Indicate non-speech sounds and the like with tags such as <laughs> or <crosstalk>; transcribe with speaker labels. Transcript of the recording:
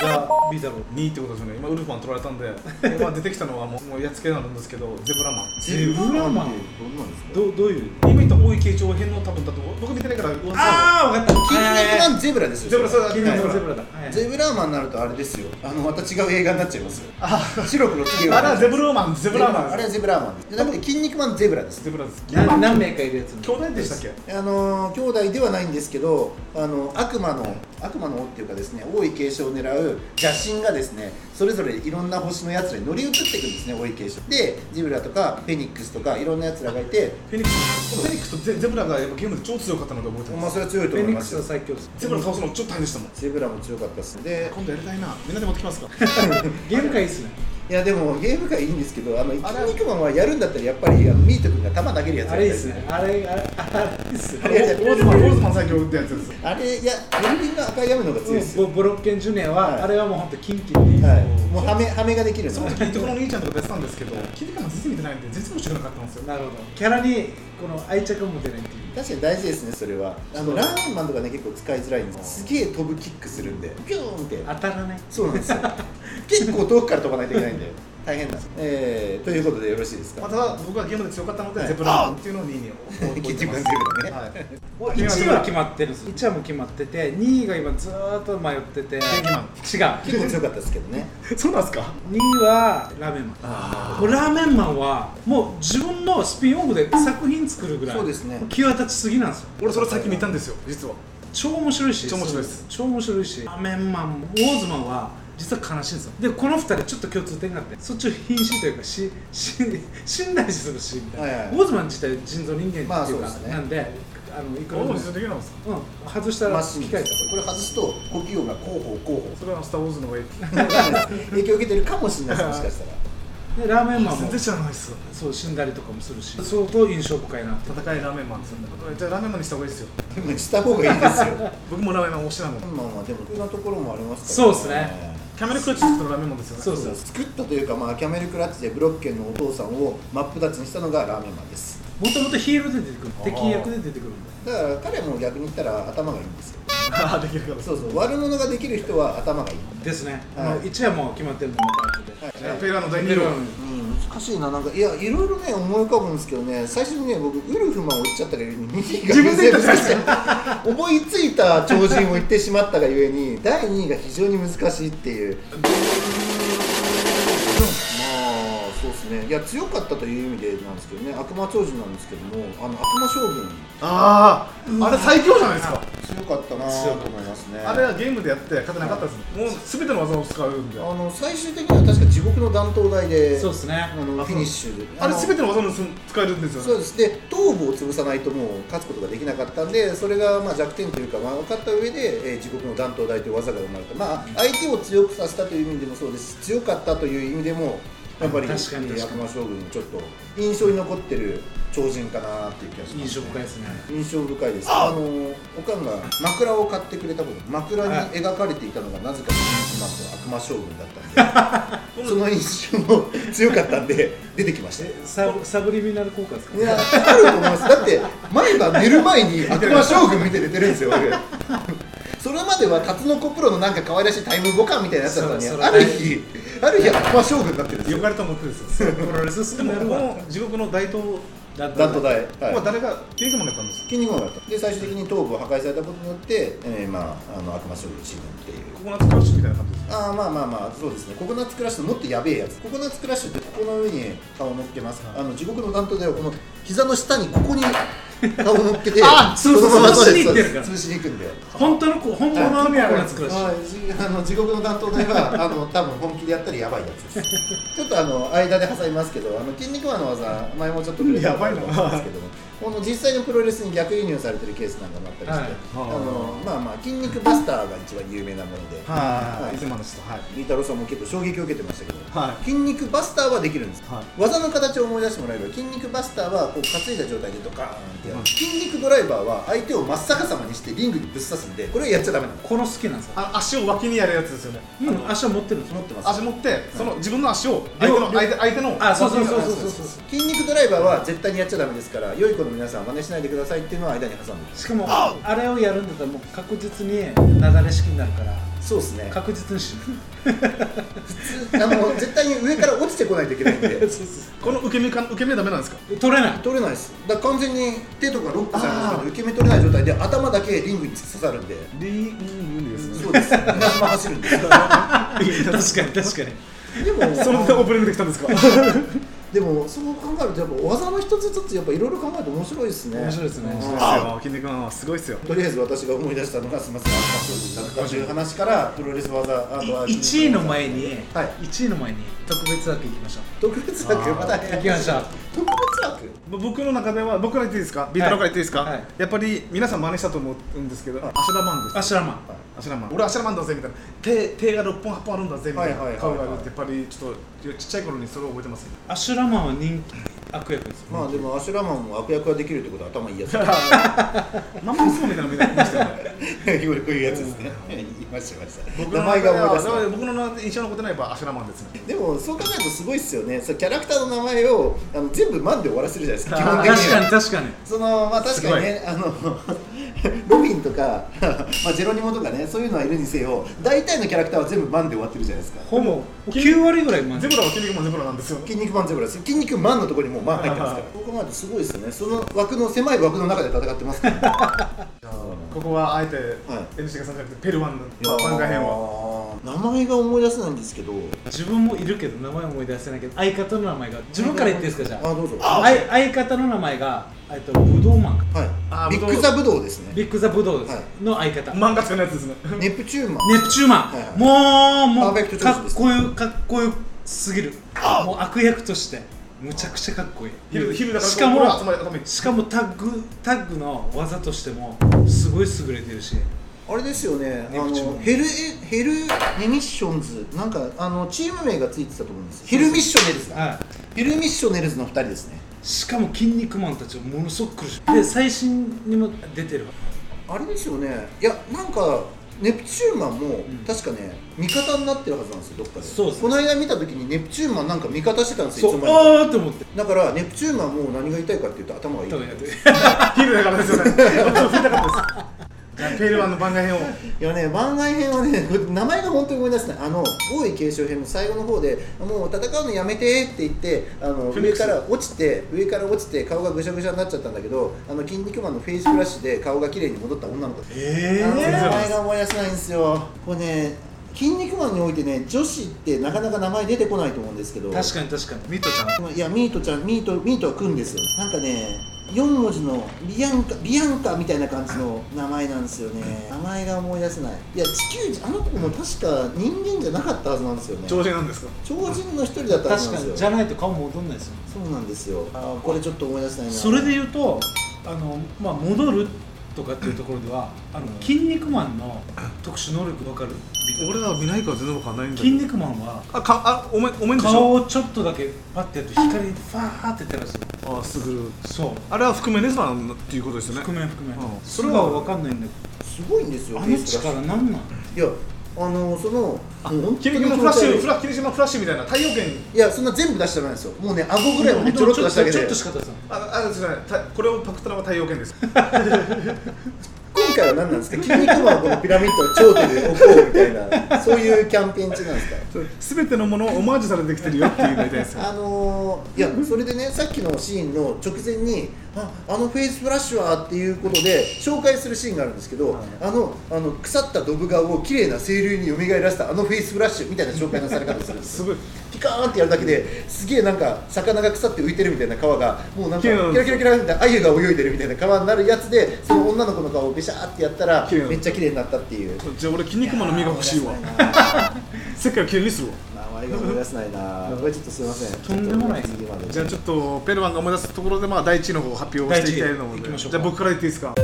Speaker 1: だろう2ってことですよね今ウルフマン取られたんでまあ出てきたのはもうもうやっつけなんですけどゼブラマン
Speaker 2: ゼブラマン
Speaker 3: どんなんですか
Speaker 1: どうどういう今言った大井慶長編の多分だと僕見てないから噂を
Speaker 2: ああ分かった
Speaker 3: 筋肉マンゼブラですよ
Speaker 1: ゼブラそうだ
Speaker 3: は
Speaker 1: 筋
Speaker 3: い
Speaker 1: 肉マンゼブラだ、はい
Speaker 3: ゼブラーマンになるとあれですよあのまた違う映画になっちゃいますよ白黒つけよう
Speaker 1: あれはゼブラーマンゼ
Speaker 3: ゼ
Speaker 1: ブ
Speaker 3: ブ
Speaker 1: ラ
Speaker 3: ラ
Speaker 1: ー
Speaker 3: ー
Speaker 1: マ
Speaker 3: マ
Speaker 1: ン
Speaker 3: ンあれはゼブラーマンですじゃなくて筋肉マンゼブラです
Speaker 1: ゼブラです
Speaker 2: な何名かいるやつ
Speaker 1: 兄弟でしたっけ
Speaker 3: あのー兄弟ではないんですけどあの悪魔の悪魔の王っていうかですね王位継承を狙う邪神がですねそれぞれいろんな星のやつらに乗り移っていくんですね王位継承でジブラとかフェニックスとかいろんなやつらがいて
Speaker 1: フェニックスフェニックスとゼゼブラがやっぱゲームで超強かったので覚えて
Speaker 3: ま
Speaker 1: ま
Speaker 3: あ
Speaker 1: す
Speaker 3: それは強いと
Speaker 2: フェ
Speaker 3: 思
Speaker 2: ニ
Speaker 3: い
Speaker 2: ッ
Speaker 3: ま
Speaker 2: ク
Speaker 3: す
Speaker 2: ス
Speaker 3: よ
Speaker 2: は最強です
Speaker 1: ゼブラ倒すのちょっと大変でしたもん
Speaker 3: ゼブラも強かったですねで
Speaker 1: 今度やりたいなみんなで持ってきますか
Speaker 2: ゲーム界いいっすね
Speaker 3: いやでもゲームがいいんですけどあの筋
Speaker 1: あれ
Speaker 3: 肉マンはやるんだったらやっぱりあのミート君が球投げるやつ
Speaker 2: あれいいっすねあれあれあれいいっす
Speaker 1: オ
Speaker 2: ね
Speaker 1: ーズマンオーズマン最強ってやつです
Speaker 3: あれいやエルビンの赤い雨の方が強いですよ、
Speaker 2: ボボロッケンジュニアは、
Speaker 3: はい
Speaker 2: あれはもう本当キンキンに、
Speaker 3: はい
Speaker 1: そう
Speaker 3: もうはめはめができるんです
Speaker 1: そ
Speaker 3: よ
Speaker 1: の時いとこの兄ちゃんとか出てたんですけど筋肉マン全然見てないんで全然面白くなかったんですよ
Speaker 2: なるほどキャラにこの愛着を持てないっていう
Speaker 3: 確かに大事ですねそれはあ
Speaker 2: そ
Speaker 3: の
Speaker 2: う
Speaker 3: ラーメンマンとかね結構使いづらいんですすげえ飛ぶキックするんでピューンって
Speaker 2: 当たらない
Speaker 3: そうなんですよ結構遠くから飛ばないといけないんで大変なんです、えー、ということでよろしいです
Speaker 1: ま
Speaker 3: か
Speaker 1: ただ僕はゲームで強かったので、
Speaker 3: はい
Speaker 1: ゼブラっていうのを2に置い <laughs> て
Speaker 3: 筋
Speaker 1: ま
Speaker 3: 肉マ
Speaker 1: す
Speaker 3: ンゼブラね
Speaker 1: はい
Speaker 2: 1は決まってるんです1はもう決まってて2位が今ずーっと迷ってて違う
Speaker 1: キマン
Speaker 3: 結構強かったですけどね
Speaker 1: そうなんですか
Speaker 2: 2位はラーメンマンもうラーメンマンはもう自分のスピンオフで作品作るぐらい
Speaker 3: そうですね
Speaker 2: 際立ちすぎなんですよ
Speaker 1: 俺それ先見たんですよ実は
Speaker 2: 超面白いし
Speaker 1: 超面白いです
Speaker 2: 超面白いしラーメンマンもウォーズマンは実は悲しいんですよでこの2人ちょっと共通点があってそっちを瀕死というかしし信頼するしみたいな、
Speaker 3: はいはい
Speaker 2: ウォーズマン自体人造人間っていうか、
Speaker 3: まあそうですね
Speaker 2: なんであのいくらで
Speaker 1: どう
Speaker 2: も
Speaker 1: してできなんですか
Speaker 2: うん、外した
Speaker 3: マ
Speaker 2: ら
Speaker 3: シ
Speaker 2: 機
Speaker 3: ン
Speaker 2: 械だ
Speaker 3: これ外すと呼吸音が候補候補
Speaker 1: それはスター・ウォーズの方がいい
Speaker 3: 影響受けてるかもしれないですもしかしたら
Speaker 2: でラーメンマン
Speaker 1: 全
Speaker 2: も
Speaker 1: 然知らないっす
Speaker 2: そう死んだりとかもするし相当印象深いなって
Speaker 1: 戦いラーメンマンですよねじゃあラーメンマンにした方がいいですよ
Speaker 3: でもした方がいいですよ
Speaker 1: 僕もラーメンマン推しなの
Speaker 3: まあまあでも得意なところもあります
Speaker 2: そう
Speaker 3: から
Speaker 2: ですね
Speaker 1: キャメルクラッチ作ったラーメンマンですよね
Speaker 2: そうそう
Speaker 3: 作ったというか、まあ、キャメルクラッチでブロッケンのお父さんを真っ二つにしたのがラーメンマンです
Speaker 2: もともとヒールで出てくる
Speaker 1: あー
Speaker 2: 敵役で出てくるんだよ
Speaker 3: だから彼も逆に言ったら頭がいいんですよ
Speaker 1: ああできるから
Speaker 3: そうそう悪者ができる人は頭がいい、
Speaker 2: ですね、
Speaker 3: はい
Speaker 2: あの1はもう決まってるんでまた後で、
Speaker 1: じゃあペラの第
Speaker 2: 見
Speaker 1: 2
Speaker 2: る
Speaker 1: 号
Speaker 2: わ
Speaker 3: うん、難しいななんかいやいろいろね思い浮かぶんですけどね最初にね僕ウルフマンを言っちゃったがゆえに2位
Speaker 1: <laughs>
Speaker 3: が
Speaker 1: 自分で言ったじゃないです
Speaker 3: 全部難しい <laughs> 思いついた超人を言ってしまったがゆえに第2位が非常に難しいっていうまあそうですねいや強かったという意味でなんですけどね悪魔超人なんですけどもあの悪魔将軍
Speaker 1: あああれ最強じゃないですか
Speaker 3: 強かったなと思いますね
Speaker 1: あれはゲームでやって勝てなかったですもう全ての技を使うんで
Speaker 3: あの最終的には確か地獄の断頭台で
Speaker 2: そうですね
Speaker 3: あのフィニッシュ
Speaker 1: あれ
Speaker 3: の
Speaker 1: 全ての技の使えるんですよね
Speaker 3: そうですで頭部を潰さないともう勝つことができなかったんでそれがまあ弱点というか、まあ、分かった上で、えー、地獄の断頭台という技が生まれた、まあ、相手を強くさせたという意味でもそうですし強かったという意味でもやっぱり
Speaker 2: 確かに
Speaker 3: えー
Speaker 2: 確か
Speaker 3: 悪
Speaker 2: に
Speaker 3: 魔将軍ちょっと印象に残ってる超人かなっていう気がします、
Speaker 2: 印象深いですね
Speaker 3: 印象深いですあのーおかんが枕を買ってくれたこと枕に描かれていたのがな
Speaker 2: <laughs>
Speaker 3: ぜか筋肉マンと悪魔将軍だったんでその印象も強かったんで出てきました
Speaker 2: えサブサブリミナル効果ですか
Speaker 3: いや、あると思います。だって、毎晩寝る前に悪魔将軍見て寝てるんですよ、俺。それまではタツノコプロのなんか可愛らしいタイムボカンみたいなやつだったのに、
Speaker 2: そうそう
Speaker 3: ある日、ある日悪魔将軍になってるんです
Speaker 1: よ
Speaker 3: よ。
Speaker 1: かれと思ってですよ
Speaker 2: プロレス好
Speaker 1: で
Speaker 2: きに
Speaker 1: も
Speaker 2: な
Speaker 1: こ
Speaker 2: るわ
Speaker 1: の地獄の大東
Speaker 2: だ
Speaker 3: ダント台。
Speaker 1: は
Speaker 3: はい
Speaker 1: 誰がピンクマンやったんですよ
Speaker 3: 筋肉マンだった。で、最終的に頭部を破壊されたことによって、えーまあ、あの悪魔将軍死ぬっていう。
Speaker 1: ココナッツクラッシュみたいな感じです
Speaker 3: あーまあまあまあそうですねココナッツクラッシュのもっとやべえやつココナッツクラッシュってここの上に顔を乗っけます、
Speaker 1: はい
Speaker 3: あの地獄の担当ではこの膝の下にここに顔を乗っけて
Speaker 2: <laughs> あーそうそう
Speaker 3: のまま
Speaker 2: 潰しに行
Speaker 3: そうで
Speaker 2: っ
Speaker 3: す
Speaker 2: てるから
Speaker 3: 潰しに行くんだよ
Speaker 2: 本当のこ本物のココナッツクラッシュ
Speaker 3: はいあの地獄の担当台はあの多分本気でやったらやばいやつですちょっとあの間で挟みますけどあの筋肉マンの技前もちょっと触れ
Speaker 1: <laughs>
Speaker 3: た
Speaker 1: やばいな
Speaker 3: と思うんですけどもこの実際のプロレスに逆輸入されてるケースなんかもあったりして、
Speaker 1: はい
Speaker 3: あのまあまあ筋肉バスターが一番有名なもので、
Speaker 1: は
Speaker 3: はい
Speaker 1: い、いつもの人、はい。
Speaker 3: リータローさんも結構衝撃を受けてましたけど、
Speaker 1: は
Speaker 3: 筋肉バスターはできるんです、
Speaker 1: は
Speaker 3: 技の形を思い出してもらえれば筋肉バスターはこう担いだ状態でドカーンってやる、
Speaker 1: うん
Speaker 3: 筋肉ドライバーは相手を真っ逆さまにしてリングにぶっ刺すんでこれをやっちゃダメなの
Speaker 2: この好きなんですよ
Speaker 1: あ足を脇にやるやつですよね。
Speaker 2: うん足を持ってるんです
Speaker 3: 持
Speaker 2: よ
Speaker 3: ってます
Speaker 1: 足持って、その自分の足を相手の
Speaker 2: 両
Speaker 1: 相手相手の
Speaker 2: あそうそうそう
Speaker 1: 脇に
Speaker 2: そうそうそう
Speaker 3: 筋肉ドライバーは絶対にやっちゃダメですから良い子のの皆さん真似しないでくださいっていうのは間に挟んで
Speaker 2: しかもあれをやるんだったらもう確実になだれ式になるから
Speaker 3: そうですね
Speaker 2: 確実に死ぬ
Speaker 3: あの絶対に上から落ちてこないといけないんで
Speaker 2: そうそ
Speaker 1: この受け身か受け身ダメなんですか
Speaker 2: う取 <laughs> れない
Speaker 3: 取れないですだから完全に手とかロックされてるんで受け身取れない状態で頭だけリングに突き刺さるんで
Speaker 1: リーンです
Speaker 3: そ
Speaker 2: <laughs>
Speaker 3: うですまんま走るんです
Speaker 2: 確かに確かに
Speaker 3: でも
Speaker 1: そのオープニングできたんですか
Speaker 3: でもそう考えるとやっぱ技の一つ一つやっぱいろいろ考えると面白いですね
Speaker 2: 面白いですね面白い
Speaker 3: うん
Speaker 1: 筋肉マンはすごいっすよ
Speaker 3: とりあえず私が思い出したのがすみませんアッパーソースだったという話からプロレス技あとは
Speaker 2: 1位の前に、
Speaker 3: はい
Speaker 2: 一1位の前に特別枠行きましょ
Speaker 3: 特別枠また
Speaker 2: う行きましょう
Speaker 3: 特別枠
Speaker 1: 僕の中では僕ら言っていいですかビートロから言っていいですか、
Speaker 2: はい
Speaker 1: やっぱり皆さん真似したと思うんですけど、
Speaker 3: はい
Speaker 1: アシュラマンです
Speaker 2: アシュラマン
Speaker 1: アシュラマン俺アシュラマンだぜみたいな手手が6本8本あるんだぜみたい
Speaker 3: はいはい
Speaker 1: な
Speaker 3: はいはい
Speaker 1: 顔があるってやっぱりちょっとちっちゃい頃にそれを覚えてますね
Speaker 2: アシュラマンは人気悪役です
Speaker 3: まあでもアシュラマンも悪役ができるってことは頭
Speaker 1: <laughs>
Speaker 3: いいやつ
Speaker 1: ママ娘みたいな目がましたよね
Speaker 3: こういうやつですね言いました言いまし
Speaker 1: 僕
Speaker 3: た名
Speaker 1: の
Speaker 3: 前
Speaker 1: 中
Speaker 3: が
Speaker 1: では
Speaker 3: 思い出
Speaker 1: だから
Speaker 3: す
Speaker 1: 僕の印象のことないばアシュラマンですね
Speaker 3: でもそう考えるとすごいっすよねそうキャラクターの名前をあの全部マンで終わらせるじゃないですか基本的には
Speaker 2: 確かに確かに
Speaker 3: そのまあ確かにねあの <laughs> ロビンとかまあジェロニモとかねそういうのはいるにせよ大体のキャラクターは全部マンで終わってるじゃないですか
Speaker 2: ほぼ9割ぐらいま
Speaker 1: ゼ
Speaker 2: で
Speaker 1: ブラは筋肉マンゼブラなんですよ
Speaker 3: 筋肉マンゼブラです筋肉マンのところにもうマン入ってますから
Speaker 1: はい
Speaker 3: ここまですごいですよねその枠の狭い枠の中で戦ってますから、ね、
Speaker 1: ここはあえて
Speaker 3: は
Speaker 1: NC がさんじゃなくてペルワンの番外編は
Speaker 3: は名前が思い出せないんですけど
Speaker 2: 自分もいるけど名前思い出せないけど相方の名前が自分から言っていいですかじゃあ
Speaker 3: あどうぞ
Speaker 2: あい相方の名前がえっとブドウマン
Speaker 1: あー
Speaker 3: はいビッグザブドウですね
Speaker 2: ビッグザブドウです、
Speaker 3: は
Speaker 2: の相方
Speaker 1: 漫画つかのやつですね
Speaker 3: ネプチューンマン
Speaker 2: ネプチューマン、
Speaker 3: はい
Speaker 2: も
Speaker 3: はい
Speaker 2: うも
Speaker 3: パーフェク
Speaker 2: う
Speaker 3: トチョイ
Speaker 2: か
Speaker 3: ス
Speaker 2: っ
Speaker 3: です
Speaker 2: こよかっこよすぎるもう悪役としてむちゃくちゃかっこいい
Speaker 1: 昼昼だから
Speaker 2: しかも
Speaker 1: 俺は集まり頭いい
Speaker 2: しかもタッグタッグの技としてもすごい優れてるし
Speaker 3: あれですよねあ
Speaker 2: ネプチューンマ
Speaker 3: の
Speaker 2: ン
Speaker 3: ヘルエヘルネミッションズなんかあのチーム名がついてたと思うんですヘルミッショネルズだ
Speaker 2: は
Speaker 3: ヘルミッショネルズの2人ですね
Speaker 2: いしかも「筋肉マン」たちをものすごく苦しいで最新にも出てるわ
Speaker 3: あれですよねいやなんかネプチューンマンも
Speaker 2: ん
Speaker 3: 確かね味方になってるはずなんですよどっかで
Speaker 2: そうです
Speaker 3: この間見た時にネプチューンマンなんか味方してたんですよ
Speaker 2: そ
Speaker 3: いつ
Speaker 2: う
Speaker 3: も
Speaker 2: ああって思って
Speaker 3: だからネプチューンマンもう何が言いたいかっていうと頭がいい
Speaker 2: 多分やってる
Speaker 1: 昼だからです <laughs> よね僕も聞いたかったですじゃあペルワンの番外編を
Speaker 3: いやね番外編はね <laughs> 名前が本当に思い出せないあの王位継承編の最後の方でもう戦うのやめてって言ってあの
Speaker 1: フェニッ
Speaker 3: 上
Speaker 1: クス
Speaker 3: から落ちて上から落ちて顔がぐしゃぐしゃになっちゃったんだけどあの筋肉マンのフェイスフラッシュで顔が綺麗に戻った女の子
Speaker 2: え
Speaker 3: あの
Speaker 1: 全然
Speaker 3: 名
Speaker 1: わかんないで
Speaker 3: 前
Speaker 1: す
Speaker 3: が思い出せないんですよこれね「筋肉マン」においてね女子ってなかなか名前出てこないと思うんですけど
Speaker 2: 確かに確かに
Speaker 1: ミットちゃん
Speaker 3: いやミートちゃんミートミートはくんですよなんかね4文字のビアンカビアンカみたいな感じの名前なんですよね名前が思い出せないいや地球人あの子も確か人間じゃなかったはずなんですよね
Speaker 1: 調子なんですか
Speaker 3: 超人の一人だったはず
Speaker 2: 確かに
Speaker 3: なんです
Speaker 2: じ
Speaker 3: よ
Speaker 2: ゃないと顔戻んないですよ
Speaker 3: そうなんですよあーこれちょっと思い出せないな
Speaker 2: それで言うとあの、まあ、戻るとかっていうところでは「あの筋肉マン」の特殊能力分かる
Speaker 1: 俺らは見ないから全然わかんないんだ
Speaker 2: 筋肉マンは
Speaker 1: あかあおめおめんでし
Speaker 2: 顔
Speaker 1: ょ
Speaker 2: をちょっとだけパッてやると光でファーって照らす
Speaker 1: あすぐる
Speaker 2: そう
Speaker 1: あれは覆面レスラーっていうことですよね
Speaker 2: 覆面覆面
Speaker 1: うん
Speaker 2: それは分かんないんだけ
Speaker 3: すごいんですよ
Speaker 2: どあ
Speaker 3: フェ
Speaker 2: の
Speaker 3: イスラッシ
Speaker 2: 力なんなん
Speaker 3: ュいやあのそのもう本当
Speaker 1: キ
Speaker 3: に
Speaker 1: リキリのフラッシ
Speaker 3: 気
Speaker 1: ュ
Speaker 3: 持ち悪い
Speaker 1: フラキリシマフラッシュみたいな太陽圏
Speaker 3: いやそんな全部出しちゃダメなんですよもうね顎ぐらいまでちょろっと出しただけ
Speaker 2: ちょ
Speaker 3: で
Speaker 2: っとしか出さない
Speaker 1: ああすいませんたこれをパクったのは太陽圏です
Speaker 3: 今回は何なんですか筋肉マンはこのピラミッドの頂点で置こうみたいなそういうキャンペーン中なんですか
Speaker 1: すべてのものをオマージュされてきてるよっていうのみたいですよ
Speaker 3: あのーいやそれでねさっきのシーンの直前にああのフェイスフラッシュはっていうことで紹介するシーンがあるんですけど、あのあの腐ったドブ顔を綺麗な清流に蘇らせたあのフェイスフラッシュみたいな紹介のされ方するんです
Speaker 1: す
Speaker 3: よ
Speaker 1: ごい
Speaker 3: ピカーンってやるだけですげえなんか魚が腐って浮いてるみたいな川がもうな
Speaker 1: キ
Speaker 3: んかキ
Speaker 1: ュン
Speaker 3: ラキラキラって鮎が泳いでるみたいな川になるやつでその女の子の顔をベシャーってやったら
Speaker 1: キュン
Speaker 3: めっちゃ綺麗になったっていう
Speaker 1: じゃあ俺筋肉マンの身が欲しいわ
Speaker 3: やー思出せないな
Speaker 1: <laughs> 世界をきれいにするわ
Speaker 3: 名前が思い出せないな。これちょっとすみません。
Speaker 2: とんでもない
Speaker 3: 次まで
Speaker 1: じゃあちょっとペルワンが思い出すところでまあ第一位の方を発表していきたいと思う
Speaker 2: 第
Speaker 1: の
Speaker 2: 一位行き
Speaker 1: で
Speaker 2: まし
Speaker 1: じ
Speaker 2: ょう
Speaker 1: ゃあ僕から言っていいですか